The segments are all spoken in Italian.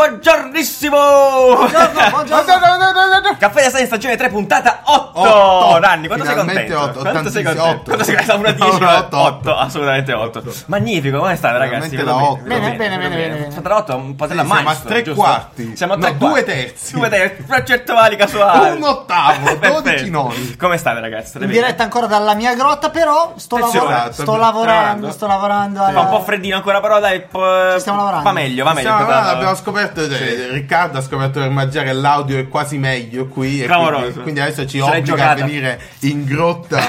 Buongiornissimo! Buongiorno, buongiorno. Caffè da 6 stagione 3 puntata 8! Otto. Nanni, quanto sei Finalmente contento? otto, quanto sei tantissimo, contento? otto. Quanto sei contento? Una No, 10, una otto, 8, otto. assolutamente 8. Magnifico, come state ragazzi? Veramente Vedo da otto. vedo Bene, bene, vedo bene, bene. Sono tra l'altro un patella Sì, siamo maestro, a tre giusto? quarti. Siamo a No, 3 due quarti. terzi. 2 terzi, Francetto Valica suave. Un ottavo, 12 noni. Come state ragazzi? State In bene? diretta ancora dalla mia grotta, però sto, Attenzione, lavora- sto sto lavorando, lavorando. sto lavorando. Fa un alla- po' freddino ancora però dai. po- Ci stiamo lavorando. Va meglio, va meglio. Siamo là, però- abbiamo scoperto, eh, Sì. Riccardo ha scoperto per mangiare l'audio è quasi meglio qui. E Clamoroso. quindi, quindi adesso ci Se l'è obbliga giocata. a venire in grotta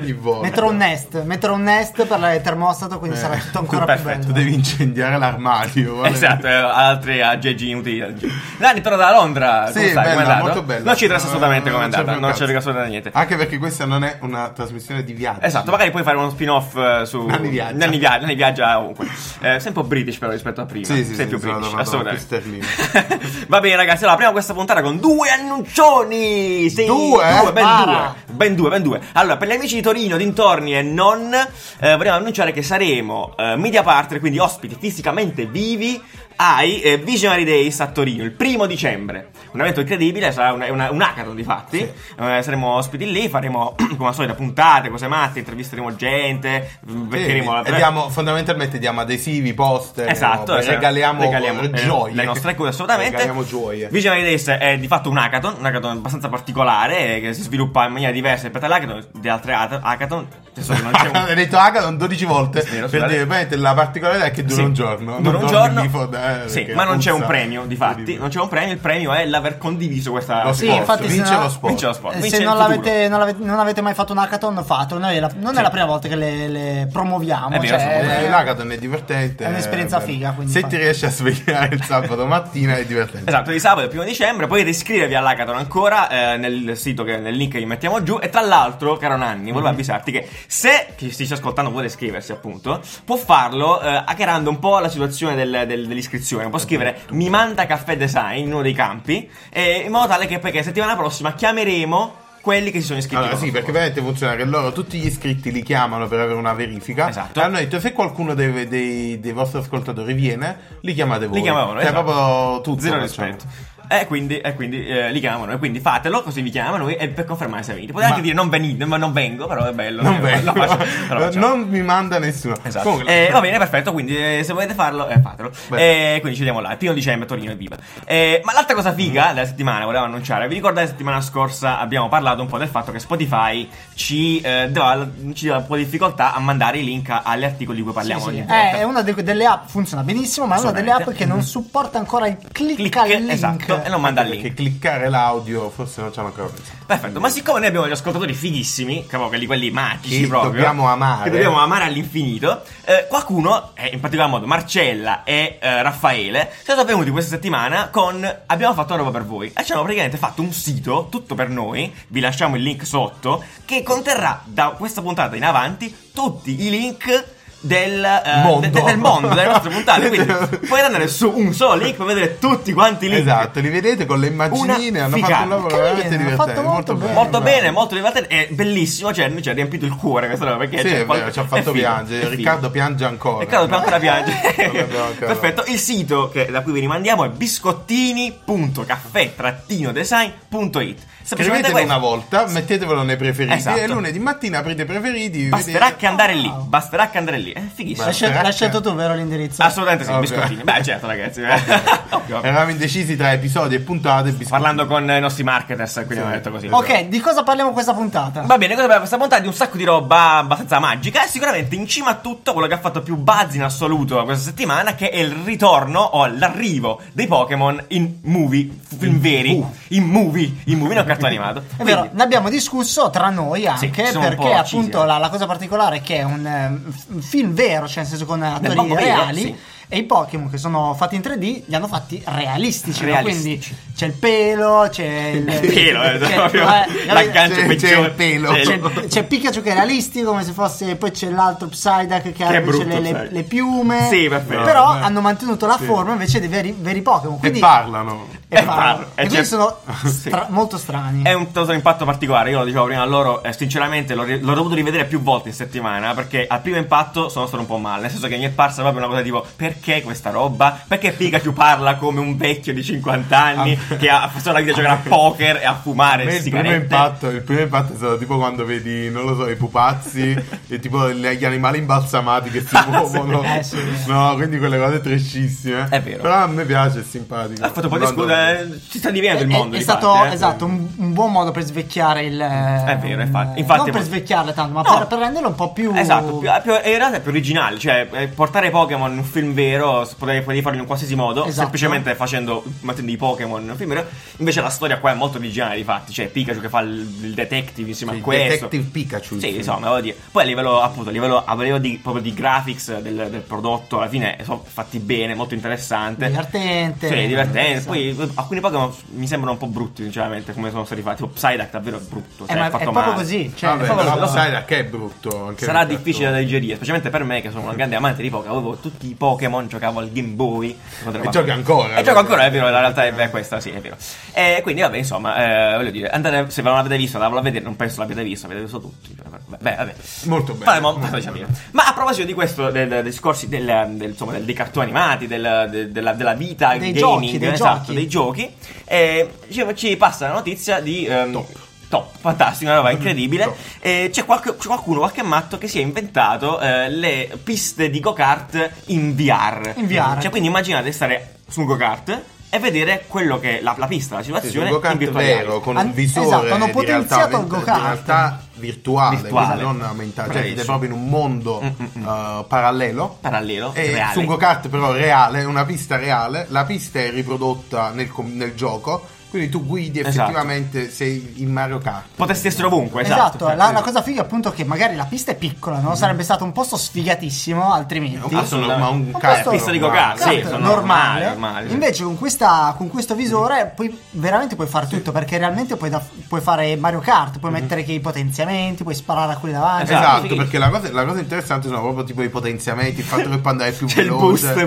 ogni volta. Metterò un nest, metterò un nest per il termostato, quindi sarà tutto ancora perfetto, Tu più bello. devi incendiare l'armadio. guarda. Esatto, eh, altri aggeggi inutili. Dani, però da Londra, Sì, come stai? bella, Com'è andato? molto bella. Non ci interessa No, assolutamente com'è non c'è Ah. andata, più non cazzo. ci frega assolutamente niente. Anche perché questa non è una trasmissione di viaggio. Esatto, magari puoi fare uno spin-off eh, su Nanni viaggia. Nanni Via- Nanni viaggia ovunque. Eh, sei un po' british però rispetto a prima. Sì, sei sì, sì, più sono british, andato più assolutamente. sterlino. Va bene ragazzi, allora apriamo questa puntata con due annuncioni. Sì, Due? ben Spara. due. Ben due, ben due. Allora, per gli amici di Torino, dintorni e non, eh, vogliamo annunciare che saremo eh, media partner, quindi ospiti fisicamente vivi ai eh, Visionary Days a Torino il primo dicembre. Un evento incredibile, sarà una- una- un hackathon di fatti. Eh, saremo ospiti lì, faremo come al solito puntate, cose matte, intervisteremo gente, Sì, metteremo la e diamo- fondamentalmente diamo adesivi, poster, Esatto, robe, esatto. eh, regaliamo, Regaliamo, eh, gioie. le nostre cose assolutamente. Regaliamo gioie. Vision Days è di fatto un hackathon, un hackathon abbastanza particolare eh, che si sviluppa in maniera diversa rispetto all'hackathon di altre ha- hackathon. Nel senso che non c'è un- Hai detto Hackathon 12 volte Sì, vero, per scusate. dire veramente la particolarità è che dura Sì, un giorno. dura non un dormi giorno. di fondo, eh, Sì, perché ma non c'è puzza. un premio, di fatti. Quindi- Non c'è un premio, il premio è l'aver condiviso questa Lo Sì, sport, infatti, se vince no- lo sport. Vince lo sport. Eh, vince se il non, futuro. l'avete, non, l'avete, non avete mai fatto un hackathon, fatelo. Noi la- non è la prima volta che le, le promuoviamo. È vero, cioè, sono molto Eh, L'Hackathon è divertente. È un'esperienza bello. figa, quindi Se fa- ti riesci a svegliare il sabato mattina è divertente. Esatto, di sabato il primo dicembre, potete iscrivervi all'hackathon ancora eh, nel sito che nel link che vi mettiamo giù. E tra l'altro, caro Nanni, Mhm. volevo avvisarti che se chi ci sta ascoltando vuole iscriversi, appunto, può farlo eh, hackerando un po' la situazione del- del- dell'iscrizione. Può scrivere mi manda caffè design in uno dei campi, eh, in modo tale che perché settimana prossima chiameremo quelli che si sono iscritti. Allora, con sì, noi. perché veramente funziona che loro tutti gli iscritti li chiamano per avere una verifica. Esatto. E hanno detto: se qualcuno dei, dei- dei vostri ascoltatori viene, li chiamate voi. Li chiamavano, Cioè, esatto. proprio tutto. Zero facciamo. rispetto. E quindi, e quindi eh, li chiamano, e quindi fatelo, così vi chiamano e e per confermare se venite. Potete Ma- anche dire non venite, ma non vengo, però è bello. Non, eh, vengo. lo faccio- però facciamo. non mi manda nessuno. Esatto. Comunque- Eh, va bene, perfetto. Quindi, eh, se volete farlo, eh, fatelo. Beh. Eh, quindi ci vediamo là. Il primo dicembre, Torino, evviva. Eh, ma l'altra cosa Mm-hmm. figa della settimana, volevo annunciare. Vi ricordate, la settimana scorsa abbiamo parlato un po' del fatto che Spotify ci, eh, dava, ci dava un po' di difficoltà a mandare i link a- agli articoli di cui parliamo sì, sì. ogni Eh, volta. è una de- delle app, funziona benissimo, ma è una delle app Assolutamente. che non supporta ancora il click, Click, al link. esatto, e non manda il link. Perché cliccare l'audio forse non ci hanno ancora pensato. Perfetto, ma siccome noi abbiamo gli ascoltatori fighissimi, capo, quelli, quelli magici Che proprio, dobbiamo amare. che dobbiamo amare all'infinito, eh, qualcuno, eh, in particolar modo Marcella e eh, Raffaele, sono venuti questa settimana con abbiamo fatto una roba per voi e ci hanno praticamente fatto un sito, tutto per noi, vi lasciamo il link sotto, che conterrà da questa puntata in avanti tutti i link del, eh, Mondo. de- del mondo, delle nostre puntate, quindi potete andare su un solo link per vedere tutti quanti i link Esatto, li vedete con le immaginine. Una Hanno fatto figata. un lavoro Carino, veramente hanno divertente. fatto molto bene. Molto bravo. bene, molto divertente, è bellissimo, cioè noi ci ha riempito il cuore questa roba perché Sì, cioè, è qual- vero, ci ha è fatto figo, è piangere. figo. Riccardo piange ancora. Riccardo No. ancora piange. Non abbiamo ancora- Perfetto, il sito che- da cui vi rimandiamo è biscottini.caffè-design.it. Semplicemente Scrivetelo questo. una volta, mettetevelo nei preferiti Esatto. e lunedì mattina aprite i preferiti. Basterà vedete- che andare lì, Wow. basterà che andare lì. È fighissimo. L'hai Beh. scel- l'hai scelto tu, vero l'indirizzo? Assolutamente sì, Ovvio. biscottini. Beh, certo ragazzi. Ovvio. Eravamo indecisi tra episodi e puntate. biscotti. Parlando con i nostri marketers, quindi Sì. abbiamo detto così. Ok, di cosa parliamo questa puntata? Va bene, cosa abbiamo questa puntata di un sacco di roba abbastanza magica. E sicuramente in cima a tutto quello che ha fatto più buzz in assoluto questa settimana, che è il ritorno o l'arrivo dei Pokémon in movie, film veri. Uh. In movie, in movie, non cartone animato. È vero, Quindi- ne abbiamo discusso tra noi Sì, anche sono un po' perché accesi, appunto eh. la, la cosa particolare è che è un eh, f- film vero, cioè nel senso con attori poco vero, reali sì. e i Pokémon che sono fatti in 3D li hanno fatti realistici, no? Realistici. quindi c'è il pelo, c'è il, Il pelo, eh, c'è- proprio eh, l'aggancio c'è- c'è peggiore. il pelo. C'è il- c'è, c'è Pikachu che è realistico come se fosse poi c'è l'altro Psyduck che ha Che è invece brutto, le, le- Psyduck. le piume Sì, perfetto. però Eh. hanno mantenuto la Sì. forma invece dei veri, veri Pokémon E quindi parlano. e E parlano. parlano. E E quindi c'è- sono stra- Sì. molto strani È un totale impatto particolare, io lo dicevo prima a loro, eh, sinceramente l'ho, ri- l'ho dovuto rivedere più volte in settimana perché al primo impatto sono stato un po' male, nel senso che mi è parsa proprio una cosa tipo perché questa roba? Perché Pikachu parla come un vecchio di 50 anni Ah. che ha passato la vita a giocare a poker e a A fumare me il primo, sigarette? impatto, il primo impatto è stato tipo quando vedi, non lo so, i pupazzi e tipo le- gli animali imbalsamati che si Ah, muovono. sì. Eh, sì. No, quindi quelle cose trescissime. È vero. Però a me piace, è simpatico. Ha fatto un po' di Non scusa, lo- eh, ci sta divenendo il È- mondo è, di stato parte, eh. esatto un, un buon modo per svecchiare il è vero, infatti- infatti non è molto- per svecchiarle tanto ma No. per, per renderlo un po' più Esatto, più, più- in realtà è più originale, cioè eh, portare Pokémon in un film vero s- potevi, potevi farlo in un qualsiasi modo, Esatto. semplicemente facendo, mettendo i Pokémon in un film vero, invece la storia qua è molto originale di fatti, cioè Pikachu che fa il, il detective insieme a Il questo. Detective Pikachu. Sì, sì. insomma, voglio dire. Poi a livello, appunto, a livello, a livello di, proprio di graphics del, del prodotto, alla fine eh, sono fatti bene, molto interessante. divertente Sì, divertente. Esatto. Poi eh, alcuni Pokémon mi sembrano un po' brutti, sinceramente, come sono stati fatti. Tipo Psyduck davvero è brutto. Eh, cioè, ma è è fatto proprio male. Esatto, così cioè, Vabbè, è proprio però Ah, lo- così. sai da che è brutto. anche Sarà perché- ecco. difficile da digerire, specialmente per me che sono un grande amante di Pokémon. Avevo tutti i Pokémon, giocavo al Game Boy. E giochi ancora, E eh, gioco ancora, perché- è vero, la realtà è, è questa, sì, è vero. E quindi, vabbè, insomma, eh, voglio dire, andate, se non l'avete visto, andatelo a vedere, non penso l'abbiate visto, avete visto tutti. Beh, vabbè. Molto bene. Faremo- Molto facciamo bene. dire. Ma a proposito di questo, del- dei discorsi del, del- insomma, del- dei cartoni animati, del- de- della, della vita Dei gaming, giochi, dei esatto, giochi. dei giochi, eh, ci, ci passa la notizia di... ehm, Top. Top, fantastico, una roba incredibile. Top. Eh, c'è, qualche- c'è qualcuno, qualche matto che si è inventato eh, le piste di go-kart in VR. In VR. Cioè, quindi immaginate di stare su un go-kart e vedere quello che la, la pista, la Sì, situazione un go-kart in virtuale. vero con un An- visore esatto, hanno di potenziato realtà- il go-kart. di realtà virtuale, Virtuale. quindi non aumentata cioè siete Bravissimo. proprio in un mondo Mm, mm, eh, parallelo Parallelo, e reale. su un go-kart Eh, però reale una pista reale la pista è riprodotta nel, com- nel gioco quindi tu guidi Esatto. effettivamente sei in Mario Kart Potresti essere ovunque, esatto. Esatto, la, la cosa figa appunto è che magari la pista è piccola, no? Mm. sarebbe stato un posto sfigatissimo altrimenti. Un posto assolutamente. ma Un un posto- kart Eh, pista di normale. go-kart, sì, Esatto, sono normali, normale. normali, Mm. sì. Invece con, questa, con questo visore puoi, veramente puoi fare tutto perché realmente puoi, da- puoi fare Mario Kart, puoi mettere che i potenziamenti, puoi sparare a quelli davanti. Mm-hmm. Esatto, Esatto, quindi- perché la cosa, la cosa interessante sono proprio tipo i potenziamenti, il fatto che può andare più C'è il veloce.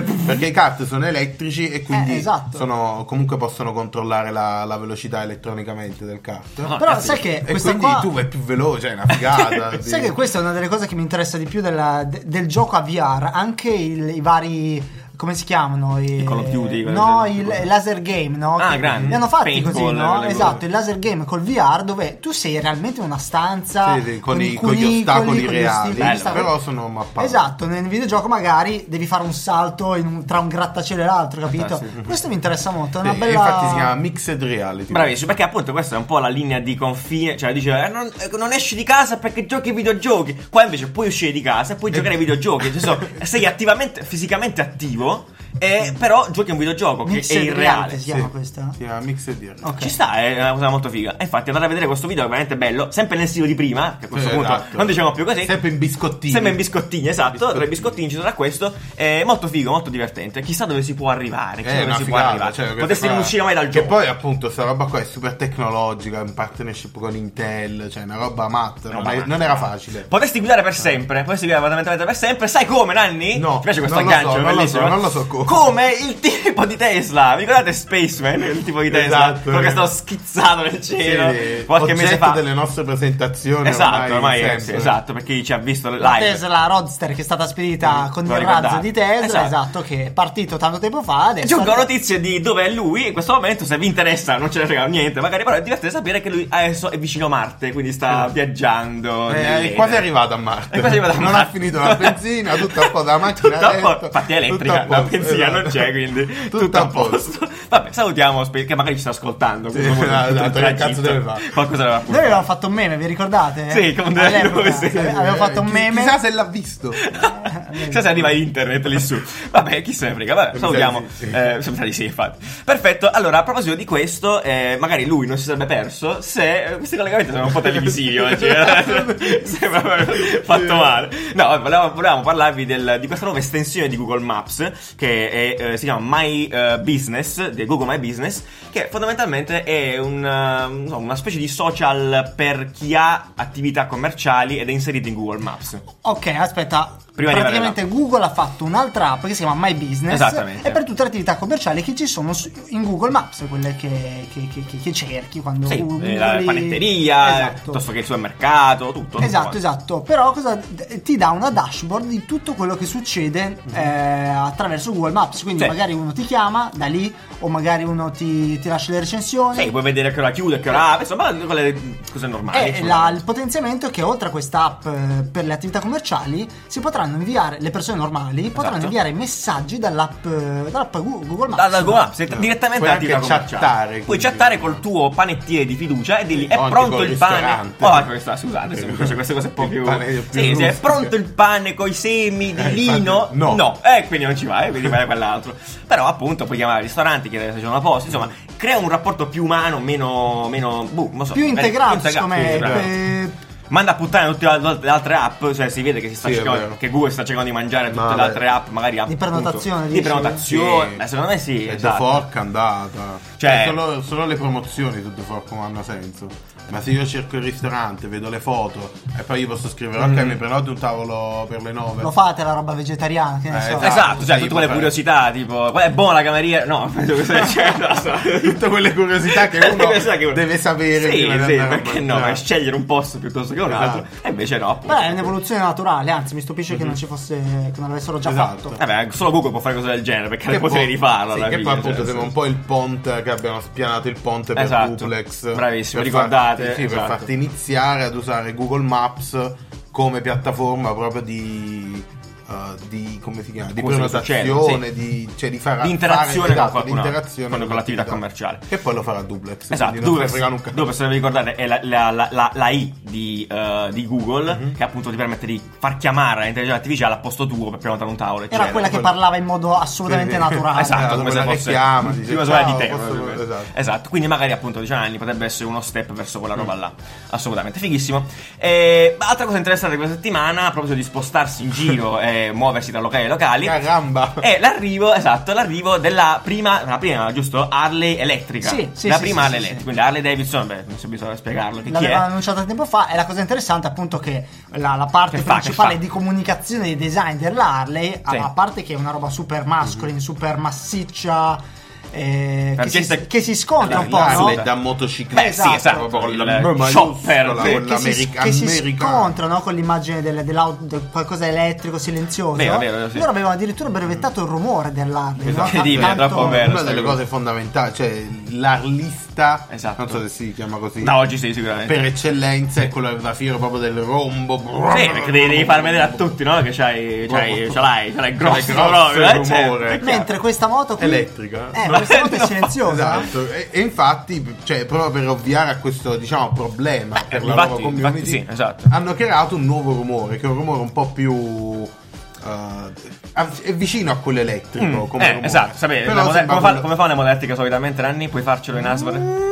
boost. Perché i kart sono elettrici e quindi Eh, esatto. sono- comunque possono controllare la, la velocità elettronicamente del kart. Ah, Però cazzo. sai che e questa quindi qua- tu vai più veloce, è una figata. Sai sì. che questa è una delle cose che mi interessa di più della- de- del gioco a VR, anche il- i vari... Come si chiamano? I, eh, Call of Duty, No, quello- il laser game, no? Ah, Che- grande. Li hanno fatti così, Paintball, no? quelle Esatto, cose. il laser game col VR dove tu sei realmente in una stanza Sì, sì, con, i i- con gli cunicoli, ostacoli con gli reali. ostacoli, Bello. ostacoli. Però sono mappati. Esatto, nel videogioco magari devi fare un salto in un- tra un grattacielo e l'altro, capito? Fantastico. Questo mi interessa molto, è Sì, una e bella... Infatti si chiama Mixed Reality. Bravissimo, perché appunto questa è un po' la linea di confine, cioè dice eh, non, eh, non esci di casa perché giochi ai videogiochi, qua invece puoi uscire di casa e puoi giocare ai videogiochi, cioè, so, sei attivamente, fisicamente attivo, e, però giochi a un videogioco che è Mixed reality irreale. si chiama questa? Si chiama Mixed Reality. Ok. Ci sta, è una cosa molto figa. E infatti andate a vedere questo video che è veramente bello, sempre nel sito di prima, che a questo Sì, punto esatto. non diciamo più così. Sempre in biscottini. Sembra in biscottini, esatto. Tra i Biscottini. biscottini ci sarà questo. È molto figo, molto divertente. Chissà dove si può arrivare. Chissà Eh, dove una si può figata, arrivare. cioè, questa Potresti qua- non uscire mai dal che gioco. poi, appunto, sta roba qua è super tecnologica, in partnership con Intel, cioè una roba matta. Roba non, è- matta. non era facile. Potresti guidare per sempre. Potresti guidare fondamentalmente per sempre. Sai come, Nanni? No, Ti piace questo non lo so, aggancio? non lo bellissimo. so, non lo so come. il tipo di Tesla. Vi ricordate Spaceman? Il tipo di Tesla. Esatto. Quello che è stato schizzato nel cielo Sì, eh, qualche oggetto mese fa. delle nostre presentazioni. Esatto, ormai è- sempre. sì, esatto, per chi ci ha visto live. La Tesla Roadster che è stata spedita con lo il ricordate. razzo di Tesla, Esatto. esatto. che è partito tanto tempo fa. Adesso Aggiungo notizie di dove è lui in questo momento, se vi interessa non ce ne frega niente, magari però è divertente sapere che lui adesso è vicino a Marte, quindi sta viaggiando. Eh, nell'Eden. è quasi arrivato a Marte. È quasi arrivato a non Marte. ha finito la benzina, tutto a posto. La macchina Tutto a dentro, posto, infatti è elettrica, tutto a la posto, benzina non esatto. c'è, quindi tutto, a posto. Vabbè, salutiamo, spe- che magari ci sta ascoltando. Sì, quindi comunque, esatto, tutto il che tragitto, cazzo deve fare? Qualcosa deve Noi fare. avevamo fatto un meme, vi ricordate? Sì, con delle All'epoca cose. Eh, Avevo fatto un chi- meme. Chissà se l'ha visto. Chissà se arriva internet lì su. Vabbè, chi se ne frega. Vabbè, Mi salutiamo. sa di sì, sì. Eh, mi sa di sì, infatti. Perfetto. Allora, a proposito di questo, eh, magari lui non si sarebbe perso se eh, questi collegamenti sono un po' televisivi oggi. eh. Sembra proprio fatto male. No, volevamo, volevamo parlarvi del- di questa nuova estensione di Google Maps che che è, eh, si chiama My eh, Business, di Google My Business, che fondamentalmente è un, eh, non so, una specie di social per chi ha attività commerciali ed è inserito in Google Maps. Ok, aspetta. Prima di Praticamente Google ha fatto un'altra app che si chiama My Business. Esattamente. E per tutte le attività commerciali che ci sono su- in Google Maps, quelle che, che- che- che- che cerchi quando Sì, Google- eh, la panetteria, eh, Esatto. piuttosto che il supermercato, tutto. tutto Esatto, quanto. esatto. Però cosa ti dà una dashboard di tutto quello che succede eh, attraverso Google Maps. Quindi Mhm. Sì. magari uno ti chiama da lì, o magari uno ti, ti lascia le recensioni. Sì, puoi vedere che ora chiude, che ora apre, insomma, quelle cose Eh, normali. E insomma. la- il potenziamento è che oltre a questa app eh, per le attività commerciali si potranno inviare, le persone normali potranno Esatto. inviare messaggi dall'app, eh, dall'app Gu- Google Maps. Da, da Google Maps, è direttamente Puoi alla attività anche commerciale. chattare, Puoi quindi. chattare col tuo panettiere di fiducia e dirgli Sì, o è anche pronto col il pane. ristorante. Oh, ecco, questa- scusate, se mi piace queste cose un po' Il più. pane più Sì, se è rustiche. pronto il pane con i semi di Eh, lino, infatti, no. Eh, quindi non ci vai, quindi vai a quell'altro. Però appunto puoi chiamare i ristoranti, chiedere se c'è una posta, insomma, crea un rapporto più umano, meno. meno boh, non so, più magari- integrato, integra- secondo più me. integrato. eh, Manda a puttane tutte le le altre app, cioè si vede che, si sta Sì, è cercando- vero. che Google sta cercando di mangiare tutte Ma le altre app, magari app, Di prenotazione, appunto, Di dici? prenotazione, Beh, secondo me sì. È Cioè, The esatto. Fork è andata. Cioè- Cioè, solo, solo le promozioni su The Fork non hanno senso. Ma se io cerco il ristorante, vedo le foto e poi io posso scrivere: Mm. Ok, mi prenoto un tavolo per le 9. lo fate la roba vegetariana, che ne Eh, so. esatto. Esatto, cioè Sì, tutte quelle vabbè. curiosità, tipo, "Qual è buona la cameriera? No, penso che sia Tutte quelle curiosità che uno deve sapere Sì, prima di sì, andare a perché no, mangiare. per scegliere un posto piuttosto che un altro. Esatto. E invece no. appunto. Però è un'evoluzione naturale, anzi mi stupisce Mhm. che non ci fosse, che non l'avessero già Esatto. fatto. Vabbè, solo Google può fare cose del genere perché ha il potere poi- di farlo. sì, alla che fine, poi cioè, appunto sembra sì. un po' il ponte che abbiano spianato il ponte per Esatto. Duplex. Bravissimo, Per ricordate, farti- sì, esatto. per farti iniziare ad usare Google Maps come piattaforma proprio di. eh, di come si chiama? Di Cose che succedono, prenotazione, sì. di, cioè di fare Di interazione fare- con esatto, qualcun di altro, interazione con- con l'attività commerciale. Che poi lo farà Duplex. Esatto, quindi non dove, se ne frega nulla. dove se devi ricordare è la, la- la- la- la I di, eh, di Google Mhm. che appunto ti permette di far chiamare l'intelligenza artificiale al posto tuo per prenotare un tavolo. Era eccetera. quella che quello- parlava in modo assolutamente Sì, sì. naturale. Esatto, Eh, come dove se la fosse richiama, dice, prima sola di "Ciao, te. posso- proprio. esatto. Mm. Esatto, quindi magari appunto 18 anni potrebbe essere uno step verso quella roba là. Assolutamente, fighissimo. E, altra cosa interessante questa settimana, a proposito di spostarsi in giro e muoversi da locali a locali, Eh, Caramba! è l'arrivo, esatto, l'arrivo della prima, la prima, giusto? Harley elettrica. Sì, sì, La sì, prima sì, Harley sì, elettrica, sì. quindi Harley Davidson, beh, non so bisogna spiegarlo che chi L'aveva è. annunciato tempo fa e la cosa interessante appunto che la, la parte Che fa, che principale fa. di comunicazione e design dell'Harley, Sì. Mm-hmm. a parte che è una roba super mascolina, super massiccia, eh, che, Perché si, se- che si scontra un po', Harley no? Davidson. da motociclista. Beh, sì, esatto, Con la- il ma chopper, giusto, la- sì, con che, si, l'america- che si americana. scontrano con l'immagine del, dell'auto, del qualcosa elettrico, silenzioso. Vero, vero, sì. Loro avevano addirittura brevettato il rumore dell'Harley. Esatto. no? Incredibile, Tanto- troppo bello. Una sta delle cosa. cose fondamentali, cioè l'arlista, Esatto. non so se si chiama così, Da oggi sì, sicuramente. per eccellenza è quello da fiero proprio del rombo. Sì, perché devi, devi far vedere a tutti, no? Che c'hai, c'hai, ce l'hai, ce l'hai grosso, grosso proprio, il eh, certo. rumore. Mentre questa moto qui Elettrica. Eh, ma questa moto è No, silenziosa. Esatto, e, e infatti, cioè, proprio per ovviare a questo diciamo problema Beh, per la infatti- loro community, infatti sì, esatto. hanno creato un nuovo rumore, che è un rumore un po' più. eh, av- è vicino a quello elettrico Mm, come eh, rumore. esatto, sapete, Però le mode- sembra come, fa, quello- come fa una modellettica solitamente, Nanni? Puoi farcelo in ASVR?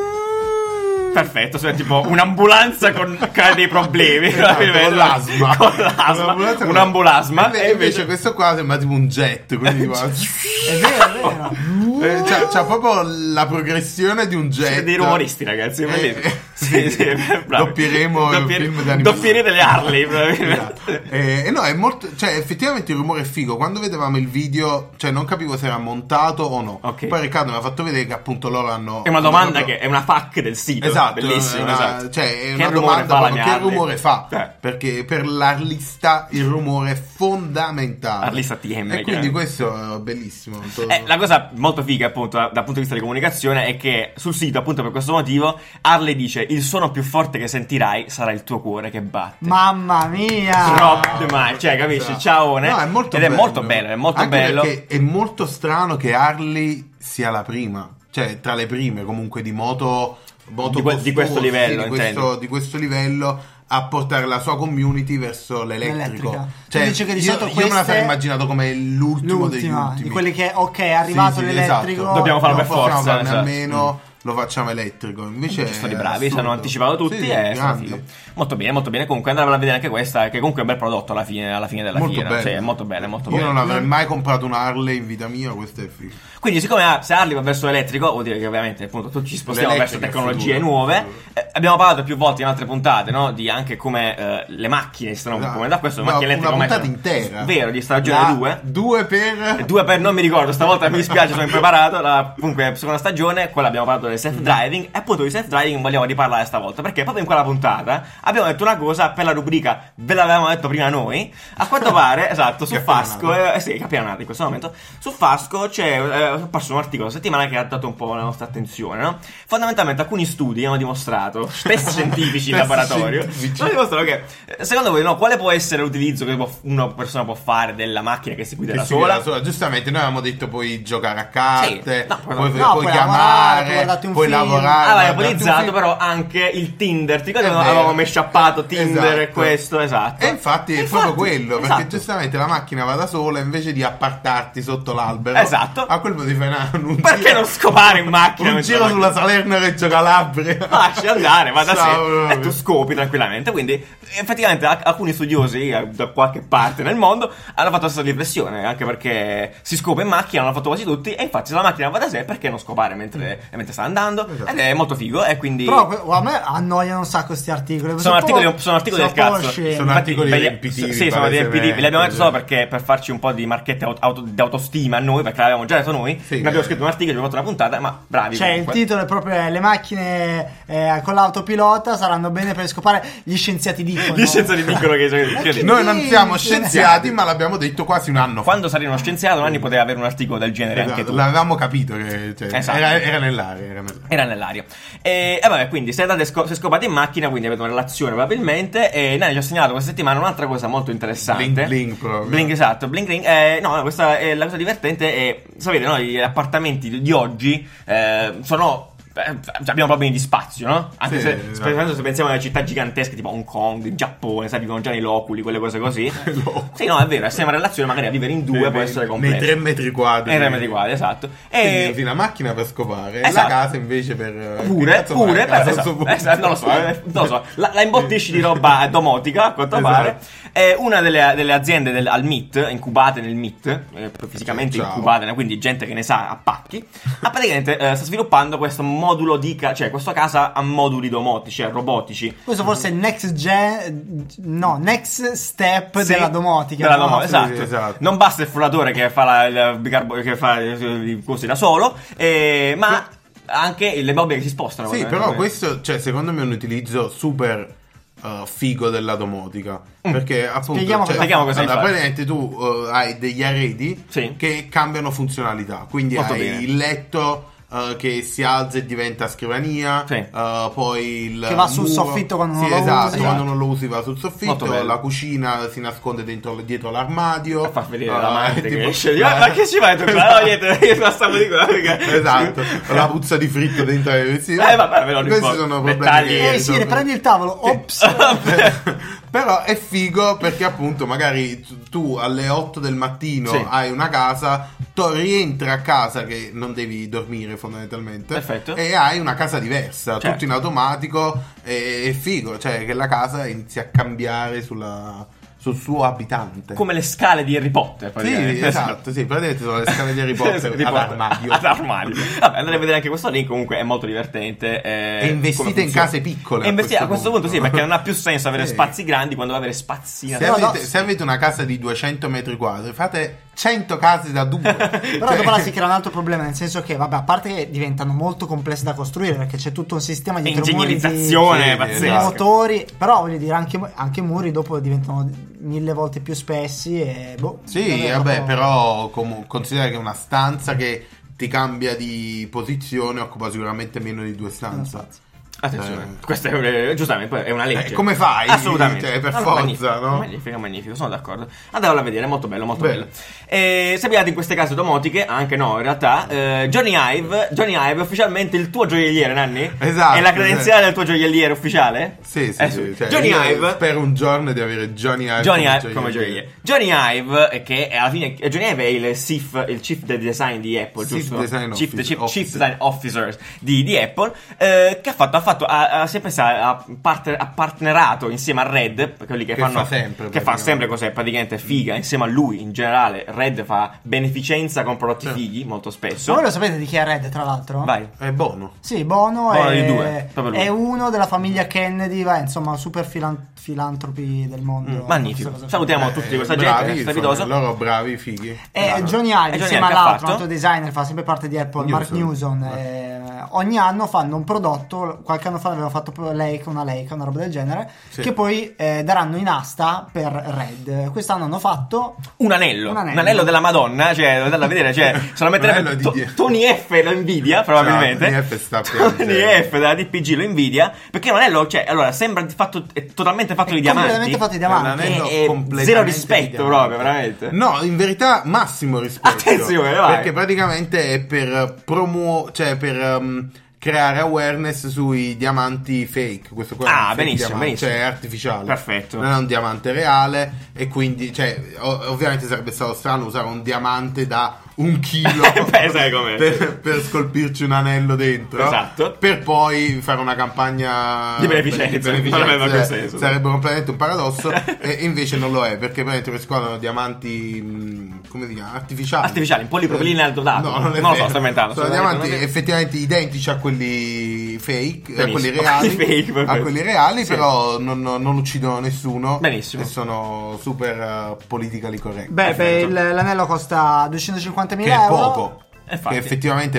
Perfetto, cioè tipo un'ambulanza con che ha dei problemi. Esatto, con l'asma. Con l'asma. Un'ambulanza con- Un'ambulasma. E invece questo qua sembra tipo un jet, quindi tipo- Eh, È vero, è vero. Eh, c'ha, c'ha proprio la progressione di un jet. Siete Cioè, dei rumoristi, ragazzi. vedete? Eh, sì, sì. sì, bravi. Doppieremo il Doppiere- film di animali. Doppierete le Harley, probabilmente. Esatto. Eh, e no, è molto. Cioè, effettivamente il rumore è figo. Quando vedevamo il video, cioè, non capivo se era montato o no. Ok. Poi Riccardo mi ha fatto vedere che appunto loro hanno. È una domanda hanno che proprio- è una fac del sito. Esatto, Bellissimo, è una- esatto. cioè, è Che una rumore domanda fa la proprio, mia che rumore fa? Eh. Perché per l'arlista il rumore è fondamentale. Arlista TM, E chiaro. quindi questo è bellissimo. molto- Eh, la cosa molto figa, appunto, dal punto di vista di comunicazione, è che sul sito, appunto, per questo motivo, Harley dice: Il suono più forte che sentirai sarà il tuo cuore che batte. Mamma mia! Troppo male, cioè, capisci? Ciao, Esatto. No, è molto Ed bello. è molto bello, è molto Anche bello. Perché è molto strano che Harley sia la prima, cioè tra le prime comunque di moto, moto Di que- di questo costose, livello, di intendo. questo, di questo livello a portare la sua community verso l'elettrico. L'elettrica. Cioè, Tu dici che di io, solito io me la sarei queste- immaginato come l'ultimo degli L'ultima, ultimi. di quelli che, ok, è arrivato Sì, sì, l'elettrico. esatto. Dobbiamo farlo Non per possiamo forza, farne cioè. almeno lo facciamo elettrico. Invece Ci sono è i bravi, cioè, assurdo. si hanno anticipato tutti Sì, e è stato grandi. figo. Molto bene, molto bene. Comunque andrà a vedere anche questa, che comunque è un bel prodotto alla fine, alla fine della Molto fiera. bello. Sì, è molto bene, molto Io bene. non avrei mai comprato una Harley in vita mia, questo è figo. Quindi, siccome ah, se Harley va verso l'elettrico, vuol dire che ovviamente appunto tutti ci spostiamo verso L'elettrico è tecnologie futuro, nuove. futuro. Eh, abbiamo parlato più volte in altre puntate, no? Di anche come eh, le macchine si stanno Esatto. componendo da questo, le Ma macchine elettriche una ormai puntata sono- intera. Vero, di stagione 2. Due per... Due per non mi ricordo, stavolta mi dispiace, sono impreparato. La, comunque, seconda stagione, quella abbiamo parlato del self-driving. E appunto di self-driving vogliamo riparlare stavolta. Perché proprio in quella puntata abbiamo detto una cosa per la rubrica, ve l'avevamo detto prima noi. A quanto pare, esatto, su Capiranate. Fasco, eh, sì, capiranate in questo momento. Su Fasco c'è eh, è apparso un articolo la settimana che ha dato un po' la nostra attenzione, no? Fondamentalmente, alcuni studi hanno dimostrato, test scientifici in Test laboratorio, scientifici. hanno dimostrato che eh, secondo voi, no, quale può essere l'utilizzo che può- una persona può fare della macchina che si guida Che da si vede sola? da sola. Giustamente, noi avevamo detto puoi giocare a carte, Sì, no, no, puoi, puoi puoi lavorare, puoi chiamare, guardarti un puoi film. lavorare. Aveva guardarti Ah, un ipotizzato film. Ah, però anche il Tinder. Ti ricordi È quando vero. avevamo sciappato Tinder e Esatto. questo? Esatto. E infatti è Infatti, proprio quello, esatto. perché giustamente la macchina va da sola invece di appartarti sotto l'albero. Esatto. A quel punto ti fai una- un Perché giro- non scopare in macchina? Un mentre giro la macchina- sulla Salerno-Reggio Calabria. Lasci andare, va da Ciao, sé. proprio. E tu scopi tranquillamente. Quindi, effettivamente, alc- alcuni studiosi eh, da qualche parte nel mondo hanno fatto la stessa riflessione. Anche perché si scopa in macchina, l'hanno fatto quasi tutti. E infatti, se la macchina va da sé, perché non scopare mentre, mentre sta andando? Esatto. Ed è molto figo. E quindi. Però que- a me annoiano un sacco questi articoli. Sono un po' articoli, sono articoli del sono un po' cazzo. scemi. Sono Infatti, articoli ve li- riempitivi, Sì, sono palesemente. riempitivi. Li abbiamo detto solo perché per farci un po' di marchette aut- auto- di autostima a noi, perché l'avevamo già detto noi. Sì. ne abbiamo scritto un articolo, abbiamo fatto una puntata, ma bravi. Cioè, il comunque. titolo è proprio eh, Le macchine eh, con l'autopilota saranno bene per scopare gli scienziati dicono. Gli scienziati dicono che cioè, Noi non siamo Sì. scienziati, ma l'abbiamo detto quasi un anno fa. quando sarei uno scienziato, Nanni poteva avere un articolo del genere anche Esatto, tu. L'avevamo capito che cioè, Esatto. era, era nell'aria. Era nell'aria. Era nell'aria. E, e vabbè, quindi se andate sco- se scopate in macchina, quindi avete una relazione probabilmente. E Nani ci ha segnalato questa settimana un'altra cosa molto interessante. Bling, bling, proprio. Bling, esatto, bling bling. Eh, no, questa è la cosa divertente è, sapete, no, gli appartamenti di, di oggi eh, sono... eh, Abbiamo problemi di spazio, no? Anche Sì, se, esatto. specialmente se pensiamo alle città gigantesche tipo Hong Kong, il Giappone, sai, vivono già nei loculi, quelle cose così. loculi. sì, no, è vero, essere una relazione magari a vivere in due può Nei- essere complesso. Nei tre metri quadri. Nei tre metri quadri, esatto. Quindi E... usi la macchina per scopare Esatto. e la casa invece per eh, che Pure, cazzo fai pure, a casa per- a sto esatto, punto? esatto, non lo so, eh, non lo so. La, la imbottisci di roba domotica, a quanto Esatto. pare. È una delle, delle aziende del, al MIT, incubate nel MIT, eh, fisicamente Ciao. incubate, quindi gente che ne sa a pacchi, ha praticamente eh, sta sviluppando questo modulo di, ca- cioè questa casa a moduli domotici, a robotici. Questo forse è il next gen. No, next step Sì, della domotica. della no? domotica, Sì, esatto. sì, esatto. Non basta il frullatore che fa, la- il bicarbo- che fa eh, i i cosi da solo, eh, ma anche le mobili che si spostano. eh, Sì, guarda, però guarda. questo, cioè, secondo me è un utilizzo super eh, figo della domotica. Perché appunto. Mm. Spieghiamo cioè, cosa- Spieghiamo cosa allora, hai fatto. praticamente tu eh, hai degli arredi Sì. che cambiano funzionalità. Quindi Molto hai bene. il letto. eh, che si alza e diventa scrivania, Sì. eh, poi il Che va sul muro- soffitto quando non Sì, lo usi. esatto, Esatto. quando non lo usi va sul Molto soffitto, bello. la cucina si nasconde dentro- dietro l'armadio, a far vedere eh, l'amante tipo- che esce dice, "Ma- ma che ci fai tu qua? No, niente, io sono stato di qua perché-" esatto, la puzza di fritto dentro ai vestiti. Eh, vabbè, ve lo Questi ricordo. sono problemi. Dettagli. che Eh sì, risolvono. riprendi il tavolo. Ops. Però è figo perché appunto magari tu- tu alle 8 del mattino Sì. hai una casa, to- rientri a casa che non devi dormire fondamentalmente Perfetto. e hai una casa diversa, Certo. tutto in automatico e è figo, cioè che la casa inizia a cambiare sulla- sul suo abitante. Come le scale di Harry Potter, sì, praticamente. esatto, sì, praticamente sono le scale di Harry Potter Di ad Potter. armadio. Ad armadio. Vabbè, andate a vedere anche questo link, comunque è molto divertente. eh, E investite come in funziona. case piccole E a investite a questo questo punto, punto. sì, perché non ha più senso avere Sì. spazi grandi quando vuoi avere spazzina. Se Però avete, no. se avete una casa di 200 metri quadri, fate 100 case da due. Però Cioè- dopo la si crea un altro problema, nel senso che, vabbè, a parte che diventano molto complesse da costruire, perché c'è tutto un sistema di muri di Ingegnerizzazione Sì, pazzesca. esatto. motori, però voglio dire, anche, anche i muri dopo diventano mille volte più spessi e boh. Sì, davvero, vabbè, dopo- però comu- considera che una stanza che ti cambia di posizione occupa sicuramente meno di due stanze. Esatto. Attenzione, Eh. questa è, eh, giustamente poi è una legge. Eh, come fai? Assolutamente. Cioè, per No, no, forza, magnifico, no? Magnifico, magnifico, sono d'accordo. Andatelo a vedere, è molto bello, molto bello. Bello. E se abbiate in queste case domotiche, anche no, in realtà, eh, Johnny Ive, Johnny Ive è ufficialmente il tuo gioielliere, Nanni? Esatto, È la credenziale del tuo gioielliere ufficiale? Sì, sì, Eh, sì. cioè, Johnny io Ive Spero un giorno di avere Eh, Johnny Ive Johnny Ive come gioielliere. Johnny Ive, eh, che è alla fine. eh, Johnny Ive è il SIF, il Chief de- Design di Apple, Chief giusto? Design Chief, Officer- Chief- Chief Officer. Design Officers di, di Apple, eh, che ha fatto, ha fatto ha, ha sempre sa- ha partner- ha partnerato insieme a Red, quelli che, Che fanno. fa sempre, che fa praticamente. sempre cose praticamente figa. Insieme a lui, in generale, Red fa beneficenza con prodotti Sì. fighi molto Ma spesso. voi lo sapete di chi è Red, tra l'altro? Vai. È buono. Sì, Bono, Bono è, di due, proprio lui. è uno della famiglia Kennedy, va, insomma, super filan- filantropi del mondo. Mm, magnifico. Questa cosa qui. Salutiamo Eh, tutti questa bravi, gente, sono strepitosa. loro bravi, fighi. E Bravo. Eh, Johnny E Johnny Ive insieme Ive che ha all'altro, un fatto? altro designer, fa sempre parte di Apple, Newson. Mark Newson. eh, ogni anno fanno un prodotto, qualche anno fa avevano fatto proprio Leica, una Leica, una roba del genere, Sì. che poi eh, daranno in asta per Red. Quest'anno hanno fatto Un anello, un Un anello, anello. della Madonna, cioè, andatelo a vedere, cioè, se lo metterebbe Anello di To- Dio. Tony F lo invidia, probabilmente. Tony F sta Tony piangendo. F della DPG lo invidia, perché è un anello, cioè, allora, sembra di fatto, è totalmente fatto di diamanti. completamente fatto di È un diamanti. anello Eh, eh, completamente zero rispetto di proprio, diamante. veramente. No, in verità massimo rispetto. Attenzione, vai. Perché praticamente è per promuovere, cioè per ehm, creare awareness sui diamanti fake. Questo qua Ah, è un fake benissimo, diamante, benissimo. Cioè è artificiale. Perfetto. Non è un diamante reale e quindi, cioè, o- ovviamente sarebbe stato strano usare un diamante da un chilo Beh, sai com'è. per, per scolpirci un anello dentro. Esatto. Per poi fare una campagna Di beneficenza. Non aveva cioè, più senso. Sarebbe completamente un paradosso. e invece non lo è, perché praticamente questi qua hanno diamanti. mh, come si chiama? Artificiali. Eh, Artificiali, in polipropilene aldodato. No, non, è Non lo so, vero. sto inventando, Sono scusate, diamanti non è- effettivamente identici a quelli fake, a Benissimo, quelli a reali. quelli fake, a perfetto. quelli reali, Sì. però non, non- non uccidono nessuno. Benissimo. E sono super eh, politically correct. Beh, beh, Perfetto. il- l'anello costa 250.000 che è euro. poco. Eh, Infatti. Che è effettivamente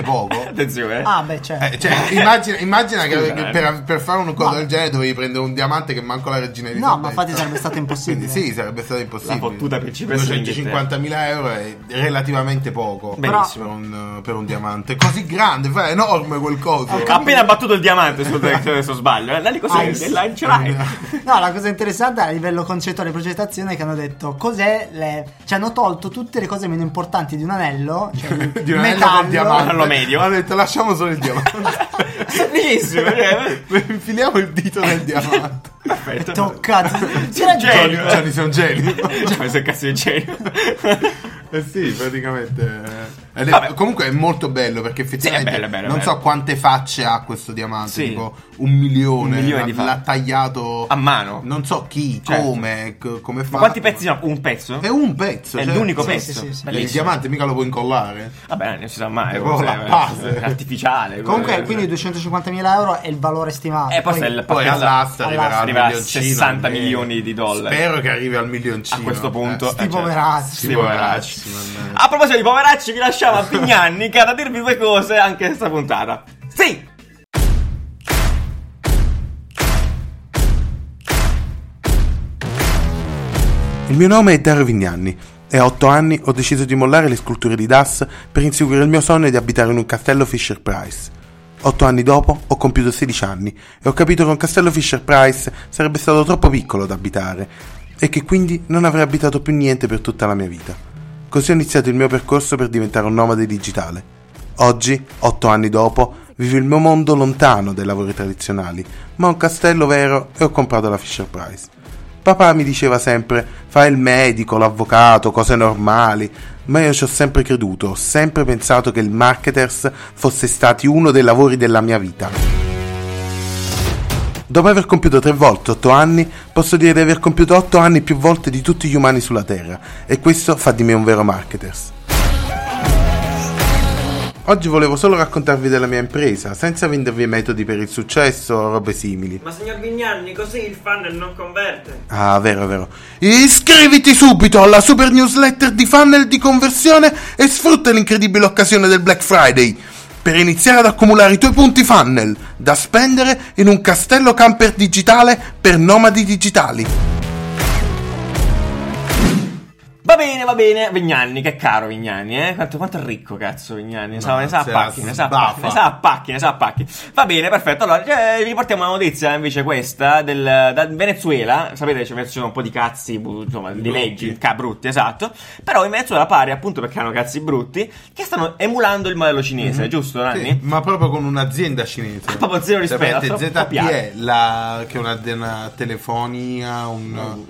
poco. Attenzione. Ah, beh, certo. Eh, cioè, immagina, immagina che- Scusa, che eh. per, per fare una cosa Ma- del genere dovevi prendere un diamante che manco la regina di No, ma infatti sarebbe stato impossibile. sì, sarebbe stato impossibile. La fottuta principessa 250.000 euro è relativamente poco. Benissimo. Per un, per un diamante così grande, fa- è enorme quel Ha coso. appena battuto il diamante, scusa se se sbaglio. Eh, Lali cos'è? Ah, sì. Là in ce l'hai. No, la cosa interessante a livello concettuale e progettazione è che hanno detto cos'è le... Cioè hanno tolto tutte le cose meno importanti di un anello, cioè di, Di un anello metallo, col diamante. Anello medio. Hanno detto lasciamo solo il diamante. Semplicissimo. cioè, Infiliamo il dito nel diamante. Perfetto. Toccato. C'era Johnny, genio. Johnny sei un genio. Cioè, questo è il cazzo di genio. Eh sì, praticamente. eh. Ed è- Vabbè. comunque è molto bello perché effettivamente Sì, è bello, è bello, è non bello. so quante facce ha questo diamante, Sì. tipo un milione, Un milione l'ha, di fa- l'ha tagliato A mano. Non so chi, Certo. come, c- come fa. Ma quanti pezzi sono? Un pezzo? È un pezzo, È cioè, l'unico sì, pezzo. sì, sì, sì. sì. Il Bellissimo. diamante mica lo puoi incollare. Vabbè, non si sa mai. È proprio cioè, la base. è artificiale. Comunque, cioè. quindi 250.000 euro è il valore stimato. E poi se Eh, il Poi pacchetto all'asta arriverà, al arriverà a milioncino, 60 almeno. milioni di dollari. Spero che arrivi al milioncino. A questo punto, Eh, eh, sti cioè, poveracci. sti Sti poveracci. poveracci, mannaggia. A proposito di poveracci, vi lasciamo a Pignanni che ha da dirvi due cose anche questa puntata. Sì! Il mio nome è Dario Vignanni e a 8 anni ho deciso di mollare le sculture di Das per inseguire il mio sogno di abitare in un castello Fisher Price. 8 anni dopo ho compiuto 16 anni e ho capito che un castello Fisher Price sarebbe stato troppo piccolo da abitare e che quindi non avrei abitato più niente per tutta la mia vita. Così ho iniziato il mio percorso per diventare un nomade digitale. Oggi, otto anni dopo, vivo il mio mondo lontano dai lavori tradizionali, ma ho un castello vero e ho comprato la Fisher Price. Papà mi diceva sempre, fai il medico, l'avvocato, cose normali, ma io ci ho sempre creduto, ho sempre pensato che il marketers fosse stati uno dei lavori della mia vita. Dopo aver compiuto tre volte 8 anni, posso dire di aver compiuto 8 anni più volte di tutti gli umani sulla Terra, e questo fa di me un vero marketers. Oggi volevo solo raccontarvi della mia impresa, senza vendervi metodi per il successo o robe simili. Ma signor Bignanni, così il funnel non converte. Ah, vero, vero. Iscriviti subito alla super newsletter di funnel di conversione e sfrutta l'incredibile occasione del Black Friday per iniziare ad accumulare i tuoi punti funnel da spendere in un castello camper digitale per nomadi digitali. Va bene, va bene, Vignanni, che caro Vignanni, eh? Quanto, quanto è ricco, cazzo, Vignanni. Ne sa, No, ne sa a se pacchi, la ne sa a pacchi, sbaffa. ne sa a pacchi, ne sa a pacchi. Va bene, perfetto. Allora, eh, vi portiamo una notizia, invece, questa, del dal Venezuela. Sapete, c'è- ci sono un po' di cazzi, bu- insomma, di Brutti. leggi, ca- brutti, esatto. Però in Venezuela pare, appunto, perché hanno cazzi brutti, che stanno emulando il modello cinese, giusto, Nanni? Mm-hmm. Sì, ma proprio con un'azienda cinese. Ah, proprio zero rispetto, Sapete, troppo copiare. ZTE, la, che è una, una telefonia, un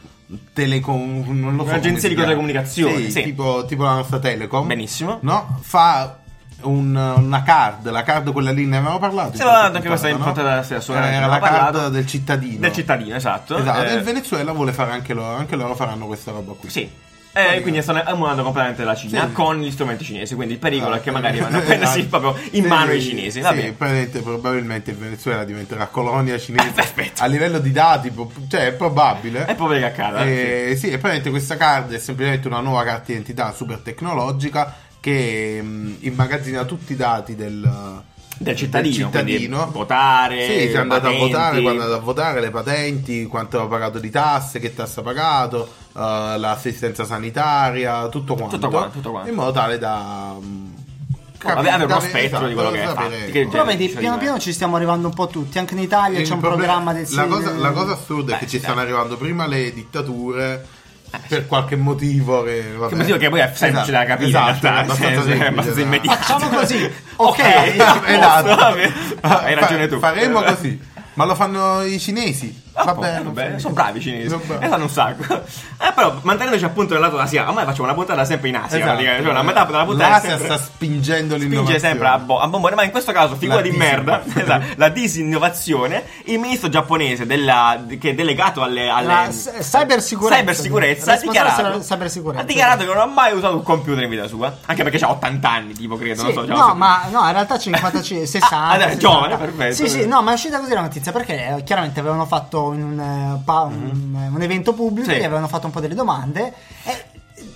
telecom, non lo so. Un'agenzia come si di chiama. telecomunicazioni, sì. Tipo, tipo la nostra Telecom. Benissimo. No? Fa un- una card, la card quella lì ne avevamo parlato. Sì, in l'avevamo qualche detto anche puntata, questa in puntata, sì, Era, assolutamente, era ne la avevamo card parlato. del cittadino. Del cittadino, esatto. Esatto, Eh, e il Venezuela vuole fare anche loro, anche loro faranno questa roba qui. Sì. Poi, E quindi stanno emulando completamente la Cina Sì. con gli strumenti cinesi, quindi il pericolo Ah, è che magari vanno a esatto. prendersi proprio in Sì, mano i cinesi. Va sì, bene. probabilmente, probabilmente il Venezuela diventerà colonia cinese Eh, perfetto. a livello di dati, po- cioè è probabile. È probabile che accada. Eh, sì. e probabilmente questa card è semplicemente una nuova carta d'identità super tecnologica che mh, immagazzina tutti i dati del Del cittadino, cittadino. quindi votare, Sì, se è andato a patenti. votare, quando è andato a votare, le patenti, quanto ha pagato di tasse, che tasse ha pagato, eh, l'assistenza sanitaria, tutto quanto. Tutto quanto, tutto quanto. In modo tale da mm, vabbè, avere uno capire- spettro esatto, di quello che sapere, fa, ecco. che il Però vedi, Cioè, piano eh. piano ci stiamo arrivando un po' tutti. Anche in Italia Il c'è un problema- programma del la cosa, del- la cosa assurda è che Beh, ci dai. Ah, stanno arrivando prima le dittature per qualche motivo che vabbè. Che motivo che poi è Esatto, semplice da capire esatto, in realtà, è abbastanza nel senso, semplice, è abbastanza esatto. immediato. Facciamo così. Ok, Ok. a posto, esatto. va bene. Hai Fa- ragione tu. Faremo così. Ma lo fanno i cinesi. Ah, Va po- bene, vabbè, sì. sono bravi i cinesi Sono bravi. e fanno un sacco. Eh, però mantenendoci appunto nel lato asiatico, ormai facciamo una puntata sempre in Asia, Esatto. praticamente, cioè, una metà della puntata è L'Asia sempre... sta spingendo l'innovazione. spinge sempre a, bo- a bombone, ma in questo caso figura La di merda, disinnovazione. esatto, la disinnovazione, il ministro giapponese della- che è delegato alle, alle La s- cybersicurezza. cybersicurezza ha Responsabile dichiarato, della cybersicurezza. ha dichiarato che non ha mai usato un computer in vita sua, anche perché ha 80 anni, tipo credo, Sì, non so, già no, so- ma no, in realtà 55, 60. Ah, allora, 60. giovane, perfetto. Sì, sì, no, ma è uscita così la notizia perché eh, chiaramente avevano fatto un, eh, pa- un- un evento pubblico, Mhm. Sì. gli avevano fatto un po' delle domande e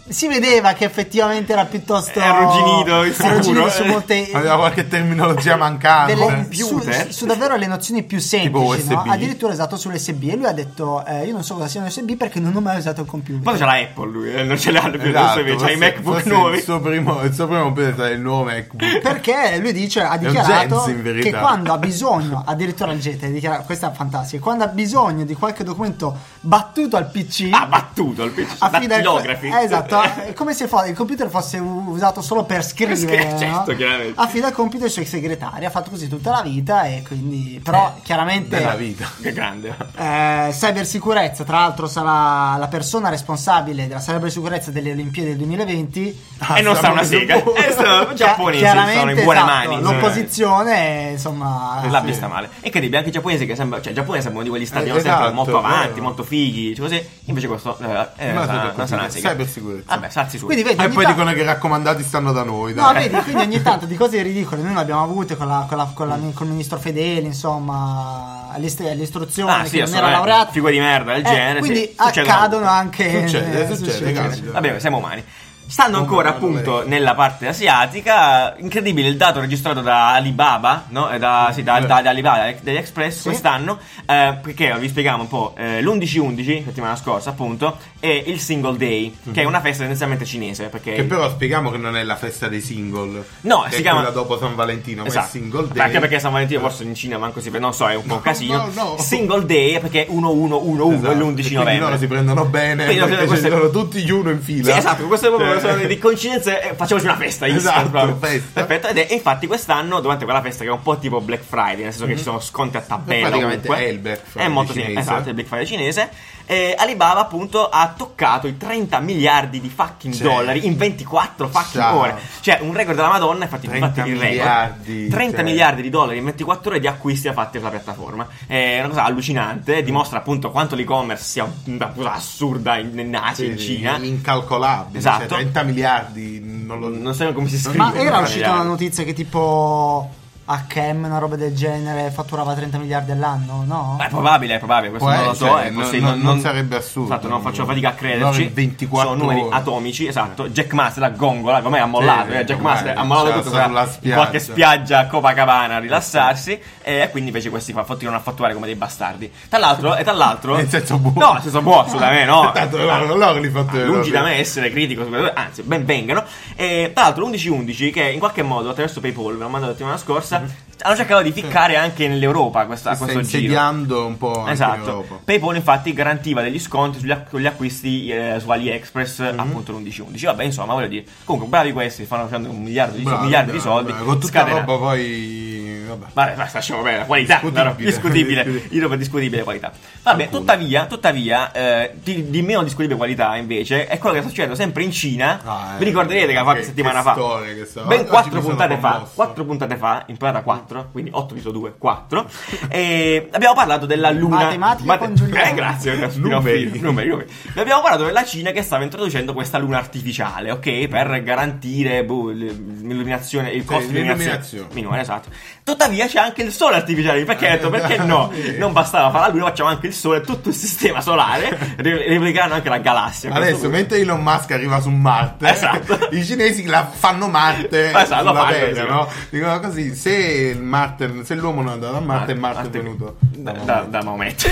si vedeva che effettivamente era piuttosto Arrugginito, il arrugginito sicuro. Eh, su molte eh, Aveva qualche terminologia delle, mancante. su, computer? su davvero le nozioni più semplici, USB. no? addirittura esatto sull'USB e lui ha detto eh, io non so cosa sia un USB perché non ho mai usato il computer. Poi c'è la Apple lui, eh, non ce l'ha più adesso invece, ha i Esatto, forse- MacBook forse nuovi. Il suo primo, il suo primo computer sarà il nuovo MacBook. Esatto. Perché lui dice, ha un dichiarato Jens, in che verità. quando ha bisogno, addirittura leggete, dichiara- questa è fantastica, quando ha bisogno di qualche documento battuto al PC, Ah, Ha battuto il PC, affida il- dattilografi. eh, Esatto, è come se fo- il computer fosse u- usato solo per scrivere, scrivere, no? certo, chiaramente. affida al computer ai suoi segretari, ha fatto così tutta la vita e quindi, però chiaramente... Della Eh, vita. Che grande. Eh, cybersicurezza, tra l'altro, sarà la persona responsabile della cybersicurezza delle Olimpiadi del 2020. e non sa siamo una in sega. Giappone. E sono giapponesi, sono in Chiaramente, buone esatto, mani. Eh. insomma. L'opposizione, insomma, l'ha vista male. E incredibile, anche i giapponesi che sembra, cioè il Giappone sembra uno di quegli stati Ah, Eh, no, sempre esatto, molto avanti, vero. molto fighi, cioè così. Invece questo eh, è Ma una, tutto una così, sanazzica. cybersicurezza. Vabbè, salzi su. Quindi vedi, E ogni poi ta- dicono che i raccomandati stanno da noi. No, dai. vedi, quindi ogni tanto di cose ridicole noi ne abbiamo avute con, la, con, la- con la- col ministro Fedeli, insomma, all'ist- all'istruzione Ah, sì, che non era assolutamente. laureato. Figure di merda del Eh, genere, Quindi sì. Succedono. accadono anche. Succede, eh, succede, capita. Vabbè, siamo umani. Stanno Come ancora non appunto lei. nella parte asiatica, incredibile il dato registrato da Alibaba, no? Eh, Da, sì, da, da- da Alibaba, eh, degli Express quest'anno, eh, perché vi spieghiamo un po', eh, l'11-11, settimana scorsa appunto, è il Single Day, che è una festa tendenzialmente cinese, perché... Mhm. Che però spieghiamo che non è la festa dei single. No, che si è chiama- quella dopo San Valentino, ma è single Vabbè, day. Esatto. Anche perché San Valentino forse in Cina manco si non so, è un po' un No, casino. no, no. Single Day è perché 1-1-1-1 Esatto, è e l'11 Quindi novembre. loro si prendono bene, Quindi perché questo- ci sono tutti gli uno in fila. Sì, esatto, questo è proprio Cioè, sono di coincidenze. eh, facciamoci una festa, instant, Esatto, proprio. festa. Perfetto. Ed è, e infatti, quest'anno, durante quella festa, che è un po' tipo Black Friday, nel senso che ci sono sconti a tappella. Mm-hmm. Praticamente ovunque. è il Black Friday È molto cinese. simile, Esatto, è il Black Friday cinese. Eh, Alibaba, appunto, ha toccato i 30 miliardi di fucking Cioè. dollari in 24 fucking Ciao. ore. Cioè, un record della Madonna. Infatti, 30 infatti il record. miliardi, 30 cioè. miliardi di dollari in 24 ore di acquisti fatti sulla piattaforma. È una cosa allucinante. Dimostra appunto quanto l'e-commerce sia una cosa assurda in, in Asia, sì, in Cina. Incalcolabile. Esatto. cioè, 30 miliardi. Non lo... Non so come si scrive. Ma Sì, era non uscita una notizia notizia che tipo HM, una roba del genere, fatturava 30 miliardi all'anno, no? Ma è probabile, è probabile, questo Può non lo essere, so, è non- possibile, non- non sarebbe assurdo. Esatto, non faccio fatica a No, crederci. in 24 Sono numeri ore. atomici, esatto. Jack Master a gongola, ormai ha mollato, Sì, eh, Jack ormai Master ha mollato c'era tutto sulla sarà in spiaggia. Eh, qualche spiaggia a Copacabana a rilassarsi e quindi invece questi fa- continuano a fatturare come dei bastardi. Tra l'altro, e tra l'altro Nel senso buono. No, nel senso buono, assolutamente no. Tanto loro, loro li fatturano. Lungi da me essere critico, su quello, anzi, ben vengano. E, tra l'altro, 11-11, che in qualche modo attraverso PayPal, me l'hanno mandato la settimana scorsa, Mm-hmm. hanno cercato di ficcare anche nell'Europa questa, Sta questo giro. insediando un po' anche Esatto, l'Europa. PayPal infatti garantiva degli sconti sugli, ac- sugli acquisti eh, su AliExpress Mhm. appunto l'11-11. Vabbè, insomma, voglio dire, comunque bravi questi, fanno facendo un miliardo di, Bravi, miliardi di bravi, soldi. bravi. Con tutta scatenati. roba poi... Vabbè. Vabbè, basta, lasciamo bene, la qualità, Discutibile. no, no, discutibile, io roba discutibile qualità. Vabbè, Alcune. tuttavia, tuttavia eh, di, di meno discutibile qualità invece è quello che sta succedendo sempre in Cina. Ah, eh, Vi ricorderete che qualche che- settimana che fa, storia che sta- ben oggi quattro mi sono puntate fa, commosso. quattro puntate fa, in puntata 4, quindi 8 diviso 2, 4, e abbiamo parlato della luna. Matematica con Giuliano. Eh, grazie, Numeri. numeri, numeri, numeri. Ne Abbiamo parlato della Cina che stava introducendo questa luna artificiale, ok? Per garantire boh, l- l'illuminazione, il costo di illuminazione l'illuminazione. minore, esatto. Tuttavia c'è anche il sole artificiale, perché ha detto Eh, perché dai. no? Non bastava fare la luna, facciamo anche il sole, tutto il sistema solare, ri- replicheranno anche la galassia. a questo Adesso, punto. mentre Elon Musk arriva su Marte, Esatto. i cinesi la fanno Marte Esatto, lo sulla fanno, Terra, sì. no? Dicono così, se, il Marte, se l'uomo non è andato a Marte, Marte, Marte- è venuto. da, da, da esatto. Maometto.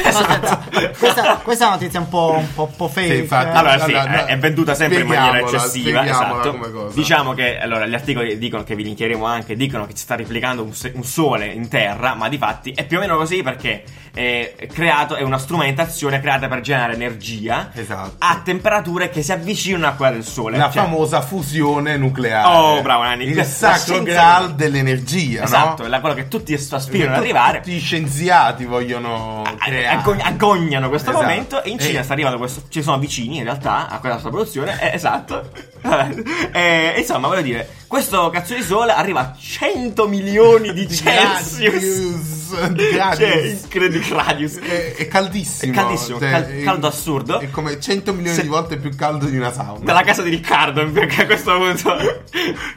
questa, questa è una notizia un po', un po', un po' fake. Sì, infatti. eh. Allora, sì, Allora, è- è venduta sempre in maniera spieghiamola, eccessiva. spieghiamola Esatto. come cosa. Diciamo che allora, gli articoli dicono che vi linkeremo anche, dicono che ci sta replicando un, se- un sole in terra, ma di fatti è più o meno così perché eh, è, creato, è una strumentazione creata per generare energia Esatto. a temperature che si avvicinano a quella del sole. La Cioè, famosa fusione nucleare. Oh, bravo, Nanni. La Il sacro scienza- graal dell'energia, Esatto, no? è la- quello che tutti as- aspirano ad Tutti- arrivare. Ah, Tutti gli scienziati vogliono creare. Aggo- aggognano questo Esatto. momento e in Cina E- sta arrivando questo ci sono vicini in realtà a quella sua produzione eh, esatto Vabbè. Eh, insomma voglio dire questo cazzo di sole arriva a 100 milioni di Celsius Gradius, di cioè Gradius. incredibile Gradius È, è caldissimo. Cioè, È caldissimo, cal- caldo assurdo. È come 100 milioni Se- di volte più caldo di una sauna. dalla casa di Riccardo perché a questo punto Che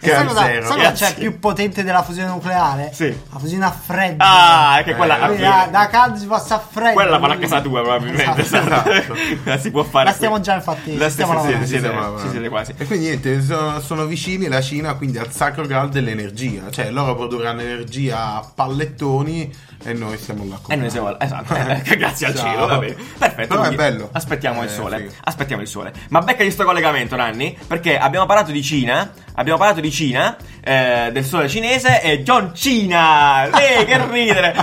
E al sai cosa, sai zero. cosa Grazie. c'è più potente della fusione nucleare? Sì. La fusione a freddo. ah che quella Eh, alla Quindi fine- da, da caldo si passa a freddo. Quella va a casa tua probabilmente. Esatto. esatto. La si può fare. La qui. stiamo già, infatti, La ci stiamo stiamo lavorando. siete, Ci stiamo lavorando. ci siete quasi. E quindi niente, sono, sono vicini la Cina quindi al sacro graal dell'energia, cioè loro produrranno energia a pallettoni e noi siamo là. con- E noi siamo esatto, eh, grazie al Ciao. cielo, va bene. Perfetto. Però è quindi bello. Aspettiamo il Eh, sole. figo. Aspettiamo il sole. Ma becca di sto collegamento, Nanni, perché abbiamo parlato di Cina, abbiamo parlato di Cina, eh, del sole cinese e John Cina. Eh, che ridere.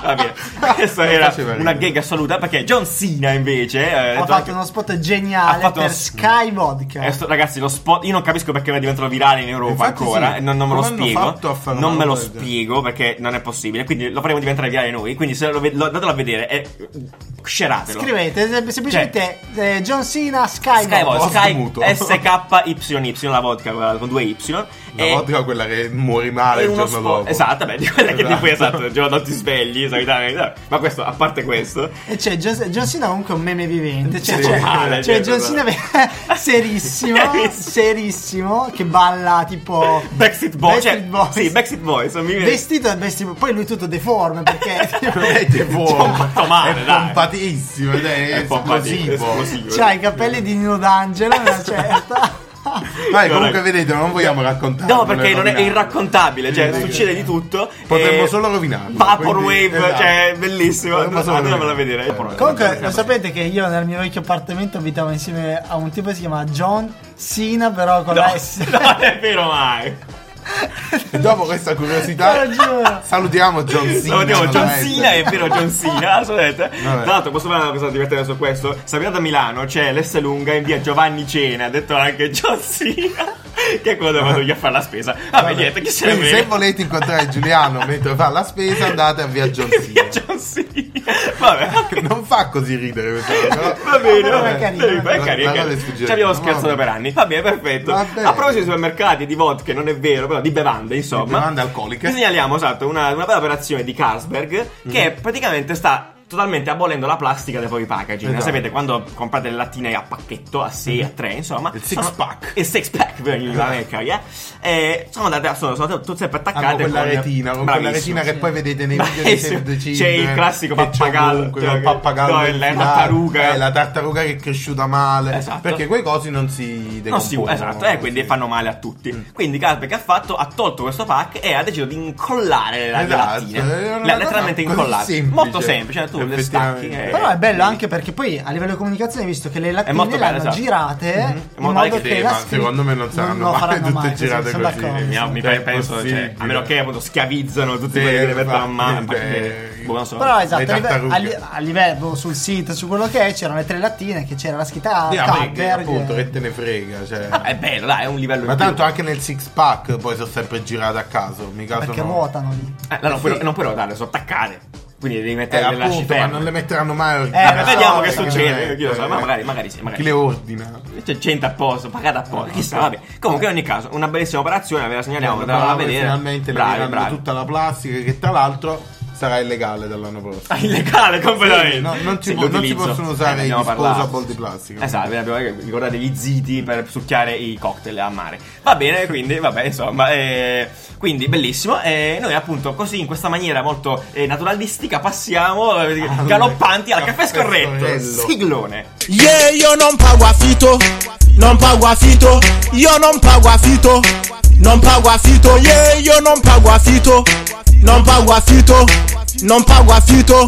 Va bene. Questa Non era faceva una ridere. gag assoluta perché John Cena invece eh, Ha detto fatto anche- uno spot Ha geniale fatto per uno- Sky Vodka. Eh, sto- ragazzi, lo spot. Io non capisco perché va diventano virale in Europa Infatti ancora. sì. e Non, non me lo Come hanno fatto spiego. a fare una Non me lo roba del genere? spiego perché non è possibile. Quindi lo faremo diventare virale noi. Quindi se lo, ve- lo- datelo a vedere. E uh, sceratelo. Scrivete sem- semplicemente eh, John Cena Sky, Cioè, Sky Vodka. Vodka, Sky muto. SKYY, la vodka quella con due Y. La e- vodka è quella che muori male e il uno giorno spot- dopo. Esatto, beh, di quella che ti Esatto. puoi esatto, il giorno dopo ti svegli, sai, dai, dai. ma questo, a parte questo, E c'è John, John Cena comunque è un meme vivente. Cioè, Sì, c'è, totale, c'è cioè, John Cena serissimo, Serissimo. serissimo, che balla tipo Backstreet Boys, cioè, Backstreet Boys. sì, Backstreet Boys, non mi viene- vestito da Backstreet Boys. Poi lui tutto deforme perché tipo, Eh, ti vuole. fatto male, è dai. pompatissimo, cioè, è, boh. È pompativo, esplosivo. Cioè, esplosivo. c'ha i capelli di Nino D'Angelo, una certa. Vai, No, comunque raga. vedete, Ah, non vogliamo raccontare. No, perché non è, è irraccontabile, cioè succede di tutto. Potremmo e- solo rovinarlo, Vaporwave, quindi, esatto. cioè bellissimo. Potremmo solo Andatevelo a rovinarlo. vedere. Eh, Comunque, lo sapete che io nel mio vecchio appartamento abitavo insieme a un tipo che si chiama John Cena, però con No, la S. non è vero mai. E dopo questa Te lo curiosità, giuro. salutiamo John Cena. Salutiamo non John la Cena, S. è vero John Cena, assolutamente. Tra Vabbè. l'altro posso fare una cosa divertente su questo? Sapete da Milano c'è l'S lunga in via Giovanni Cena, ha detto anche John Cena, che è quello dove vado io a fare la spesa. Vabbè, niente, chi se ne Quindi, se frega. volete incontrare Giuliano mentre fa la spesa, andate a via John Via Cena. John Cena. Vabbè, ok. Non fa così ridere questa cosa. però- Va bene, Però va è bene. carino, Dai, è vai, carino. carica. La cosa è sfuggita. Ci abbiamo Ma scherzato vabbè. per anni. Va bene, perfetto. Va bene. A proposito di supermercati, di vodka, non è vero, però di bevande, insomma. Di bevande alcoliche. Mm-hmm. Vi segnaliamo, esatto, una, una bella operazione di Carlsberg che praticamente sta totalmente abolendo la plastica dei propri packaging. Esatto. Mm-hmm. Sapete, quando comprate le lattine a pacchetto, a 6, a 3, insomma. Il six pack. Il six pack, per gli America, yeah. E eh. sono andate, sono, sono tutte sempre attaccate. Hanno quella con- retina, con Bravissimo. quella retina che poi vedete nei video di Bravissimo. Save the Children. C'è il classico che c'è pappagallo, ovunque, cioè, il pappagallo no, del la filato, tartaruga. eh, la tartaruga che è cresciuta male, Esatto. perché quei cosi non si No, sì, decompongono. esatto, eh, quindi sì. Mm. fanno male a tutti. Quindi Carpe che ha fatto ha tolto questo pack e ha deciso di incollare la le Esatto, lattine. è una Le- cosa letteralmente così incollare. semplice. Molto semplice, cioè, tu le Effettivamente. stacchi. Però è bello anche perché poi a livello di comunicazione, visto che le lattine Eh, molto le bello, hanno esatto. girate, In in modo modo tale che, che- Sì, la ma scritta- secondo me non saranno lo faranno tutte mai, sì, girate sono così. d'accordo. Mi, mi Cioè, è penso, cioè, possibile. a meno che appunto schiavizzano tutti Sì, quelli che mettono a infatti, eh, mano. beh, boh, non so. Però esatto, Le a livello, tartarughe. a li- a livello sul sito, su quello che è, c'erano le tre lattine che c'era la scritta Sì, a me che, Carlsberg. appunto, che te ne frega, cioè. Vabbè, è bello, dai, è un livello Ma in più. tanto anche nel six pack poi sono sempre girate a caso, mica perché sono... ruotano lì. Eh, no, non, puoi, Sì. non puoi rotarle, sono attaccate. Quindi devi Eh, mettere le lasci appunto, ma ferme. non le metteranno mai Eh, ordinate. beh, vediamo che Eh, succede. eh, Chi lo sa, ma eh, magari, magari sì. Chi Magari. le ordina? C'è Cioè, gente apposta, pagata apposta, chissà, vabbè. Comunque in ogni caso, una bellissima operazione, ve la segnaliamo, Bravo, andavamo a vedere. Finalmente Bravi, leveranno bravi. tutta la plastica che tra l'altro sarà illegale dall'anno prossimo. Ah, illegale completamente. Sì, no, non ci Sì, può- non si l'utilizzo. possono usare ne i abbiamo parlato. disposable di plastica. Esatto, ne abbiamo- ricordate gli ziti per succhiare i cocktail a mare. Va bene, quindi, vabbè, insomma, eh, quindi bellissimo. E noi appunto così in questa maniera molto eh, naturalistica passiamo eh, galoppanti al caffè Ah, Caffè scorretto. Scorretto. Siglone. Yeah, io non pago affitto, non pago affitto, io non pago affitto, non pago affitto, yeah, io non pago affitto, non pago affitto, non pago affitto,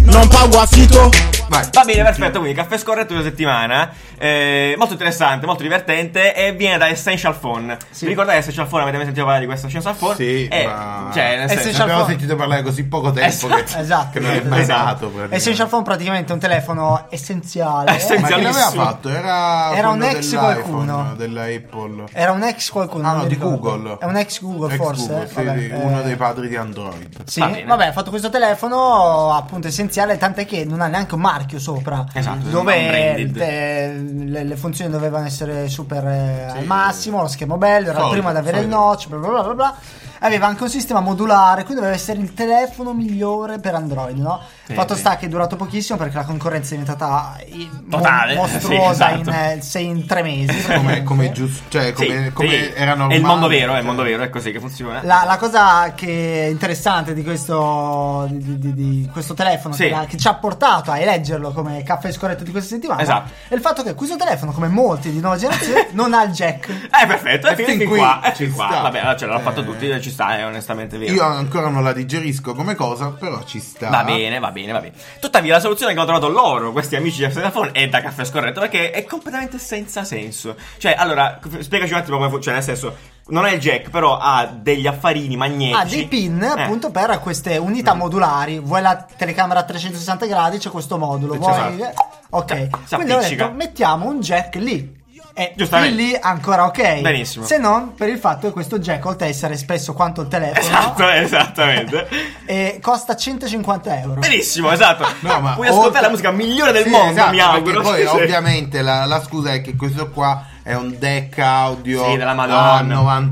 non pago affitto. Vai. Va bene, perfetto. Quindi caffè scorretto di settimana. eh, molto interessante, molto divertente. E viene da Essential Phone. Vi ricordate Essential Phone? Avete mai sentito parlare di questo Essential Phone? Sì, Eh, ma... Cioè, nel senso- Essential Ne abbiamo Phone. sentito parlare così poco tempo Esatto. che, Esatto. che non è mai Esatto. nato praticamente. Essential Phone praticamente è un telefono essenziale. Essenziale. Ma chi l'aveva Essenzialissimo. fatto? Era Era, quello un ex dell'iPhone, qualcuno. della Apple. Eh, Era un ex qualcuno. Ah non no, mi di ricordo. Google. È un ex Google Ex forse. Google, sì, Vabbè, sì, eh, uno dei padri di Android. Sì, Va bene. vabbè, ha fatto questo telefono appunto essenziale, tant'è che non ha neanche un marchio sopra. Esatto, non Dove branded. eh, le, le funzioni dovevano essere super eh, al massimo, lo schermo bello, era il Solido, primo ad avere solido. il notch, bla bla bla bla. bla. Aveva anche un sistema modulare, quindi doveva essere il telefono migliore per Android, no? Sì, Fatto sì. sta che è durato pochissimo perché la concorrenza è diventata eh, mo- Totale, mostruosa sì, esatto. in, eh, sei- in tre mesi. Come, come praticamente. giusto, cioè Sì, come, sì. come era normale. È il mondo vero, è il mondo vero, è così che funziona. La, la cosa che è interessante di questo, di, di- di questo telefono Sì. che, ha- che ci ha portato a eleggerlo come caffè scorretto di questa settimana Esatto. è il fatto che questo telefono, come molti di nuova generazione, non ha il jack. Eh, perfetto, è E fin, fin fin qui qua. È ci fin qua. sta. Vabbè, allora ce l'hanno Eh. fatto tutti, eh, ci sta, è onestamente vero. Io ancora non la digerisco come cosa, però ci sta. Va bene, va bene, va bene. Tuttavia, la soluzione che hanno trovato loro, questi amici di Afterphone, è da caffè scorretto perché è completamente senza senso. Cioè, allora, f- spiegaci un attimo come funziona. Nel senso, non è il jack, però ha degli affarini magnetici. Ha Ah, dei pin Eh, Mm. appunto per queste unità modulari. Vuoi la telecamera a 360 gradi? C'è questo modulo. Vuoi... Esatto. Ok, Cioè, Si quindi ho appiccica. detto mettiamo un jack lì. E Giustamente. fin lì ancora ok. Benissimo. Se non per il fatto che questo jack oltre a essere spesso quanto il telefono, Esatto, esattamente. e costa 150 euro. Benissimo, esatto. No, ma Puoi ascoltare oltre- la musica migliore del Sì, mondo, esatto, mi perché auguro. Poi, Sì, sì. ovviamente, la, la scusa è che questo qua è un deck audio Sì, della Madonna. a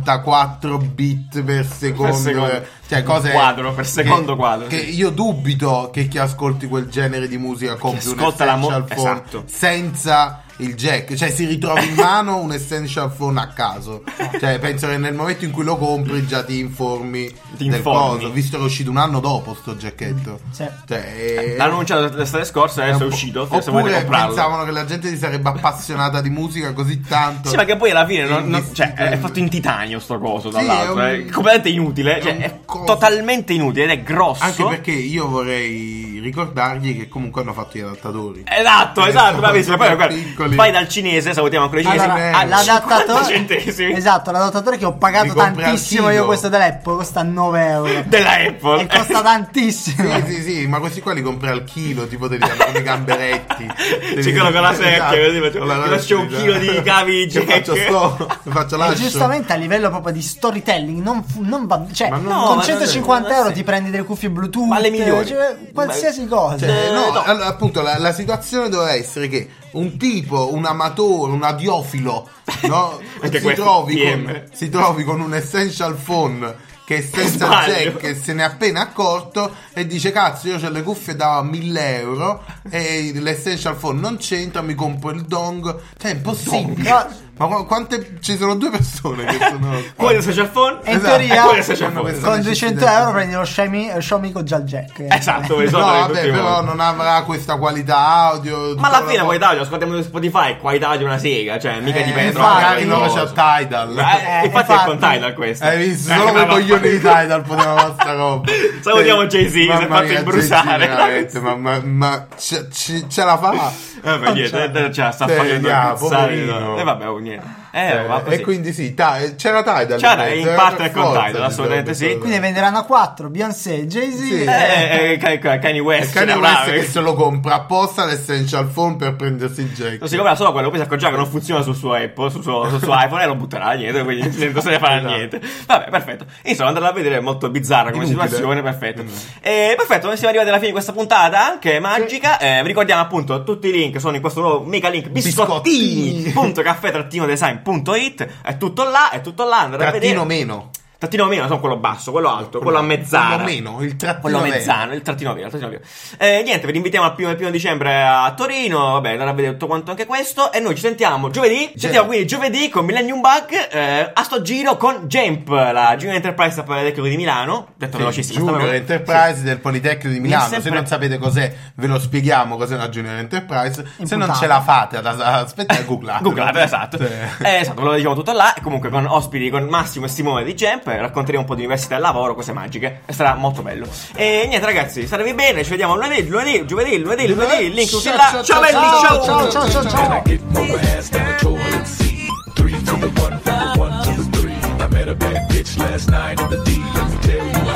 94 bit per secondo, secondo. eh, cioè cose Quadro, per secondo che, quadro, Che sì. io dubito che chi ascolti quel genere di musica compri un ascolta la mo- essential phone esatto. senza il jack, cioè si ritrova in mano un essential phone a caso. Cioè, penso che nel momento in cui lo compri già ti informi, Ti del informi. coso, visto che è uscito un anno dopo sto giacchetto. Sì. Cioè, è- L'hanno annunciato l'estate scorsa, adesso è uscito. Se Oppure volete comprarlo. pensavano che la gente si sarebbe appassionata di musica così tanto. Sì, ma che poi alla fine non- non- Sì, cioè, sì, è fatto in titanio sto coso, Eh, Sì, dall'altro. È, è un- completamente inutile. è Cioè, un è coso. totalmente inutile ed è grosso. Anche perché io vorrei ricordargli che comunque hanno fatto gli adattatori. Esatto, Eh, esatto, sono bravissimo. Poi proprio guarda, piccoli. vai dal cinese, salutiamo ancora i cinesi. Allora, a Ah, l'adattatore 50 centesimi Esatto, l'adattatore che ho Li pagato compri al tantissimo chilo. io questo telefono costa 9 euro della Apple. e costa tantissimo. Sì, sì, sì, ma questi qua li compri al chilo, tipo te li danno come i gamberetti. C'è Te li- quello con la secchia, Esatto, così faccio- con la ti faccio un rostra, chilo di cavi Io jack. faccio sto, faccio E lascio. giustamente a livello proprio di storytelling non, fu- non va cioè Ma non- no, con ma 150 non- euro sì. ti prendi delle cuffie bluetooth Ma le migliori. cioè, qualsiasi cosa Eh, no, Eh, no. allora, appunto, la, la situazione doveva essere che un tipo, un amatore, un adiofilo, no? Anche si, questo, trovi PM. con, si trovi con un essential phone che senza Sbaglio. Jack se ne è appena accorto e dice cazzo io ho le cuffie da 1000 euro e l'essential phone non c'entra mi compro il dong cioè è impossibile ma qu- quante ci sono due persone che sono Quello è il social phone. E in Esatto. E quello è il teoria social phone. Esatto. con 200 euro prendi lo Xiaomi, lo Xiaomi con già il jack. eh. Esatto, no esatto. vabbè però non avrà questa qualità audio Ma alla tutta fine la- qualità audio, ascoltiamo su Spotify, qualità audio è una sega, cioè mica Eh, dipende troppo. magari da loro c'ha quello. Tidal Eh, Eh, infatti è con infatti. Tidal questo. Hai visto? Eh, Solo ma quei va- coglioni di Tidal potevano fare sta roba. Salutiamo Jay-Z, si è Mamma fatto mia, imbruciare. Jay-Z, veramente, ma, ma, ma ce, ce- ce la fa? Eh, beh, niente, eh, eh, cioè, sta Sì, facendo yeah, incazzare. poverino. E vabbè, oh, niente. Eh, Eh, va così. e quindi sì, ta- eh, c'era Tidal. C'era, mezzo, in era parte per con forza, Tidal, assolutamente bisogna- sì. Quindi venderanno a 4 Beyoncé, Jay-Z. Sì. Eh, eh, eh, Ka- Ka- Kanye West. cioè, Kanye ce ne avrà, West che perché- se lo compra apposta l'essential phone per prendersi il jack. Non si comprerà solo quello, poi si accorgerà che non funziona sul suo Apple, sul suo, sul suo iPhone e lo butterà niente, quindi non se ne farà Esatto. niente. Vabbè, perfetto. Insomma, andarla a vedere è molto bizzarra come Inutile. situazione, perfetto. Mm. E perfetto, noi siamo arrivati alla fine di questa puntata, che è magica. Eh, vi ricordiamo appunto tutti i link sono in questo nuovo mega link Biscottini. biscottini.caffè-design.it È tutto là, è tutto là, andate a vedere. Trattino meno. Trattino meno, sono quello basso, quello alto, quello, a mezzana. Quello meno, il trattino Quello meno. mezzano, il trattino via, il trattino via. Eh, niente, vi invitiamo al primo, il primo dicembre a Torino. Vabbè, andate a vedere tutto quanto anche questo. E noi ci sentiamo giovedì. Ci sentiamo quindi giovedì con Millennium Bug. eh, a sto giro con Jamp, la Junior Enterprise del Tecnico di Milano. Detto Sì, velocissimo. Junior stavo- Enterprise del Politecnico di Milano. Se sempre- non sapete cos'è, ve lo spieghiamo cos'è una Junior Enterprise. Se non puntata. ce la fate ad ad- aspettare, googlate. Googlate, esatto. Sì. Eh, esatto, ve lo diciamo tutto là. E comunque con ospiti, con Massimo e Simone di Jamp, eh, racconteremo un po' di università e lavoro, cose magiche. E sarà molto bello. E niente, ragazzi, statevi bene. Ci vediamo lunedì, lunedì, giovedì, lunedì, lunedì. Link tutti là. Ciao, belli, ciao. ciao, ciao, ciao, ciao. Get my ass down the toilet seat. Three to the one, from the one to the three. I met a bad bitch last night at the D. Let me tell you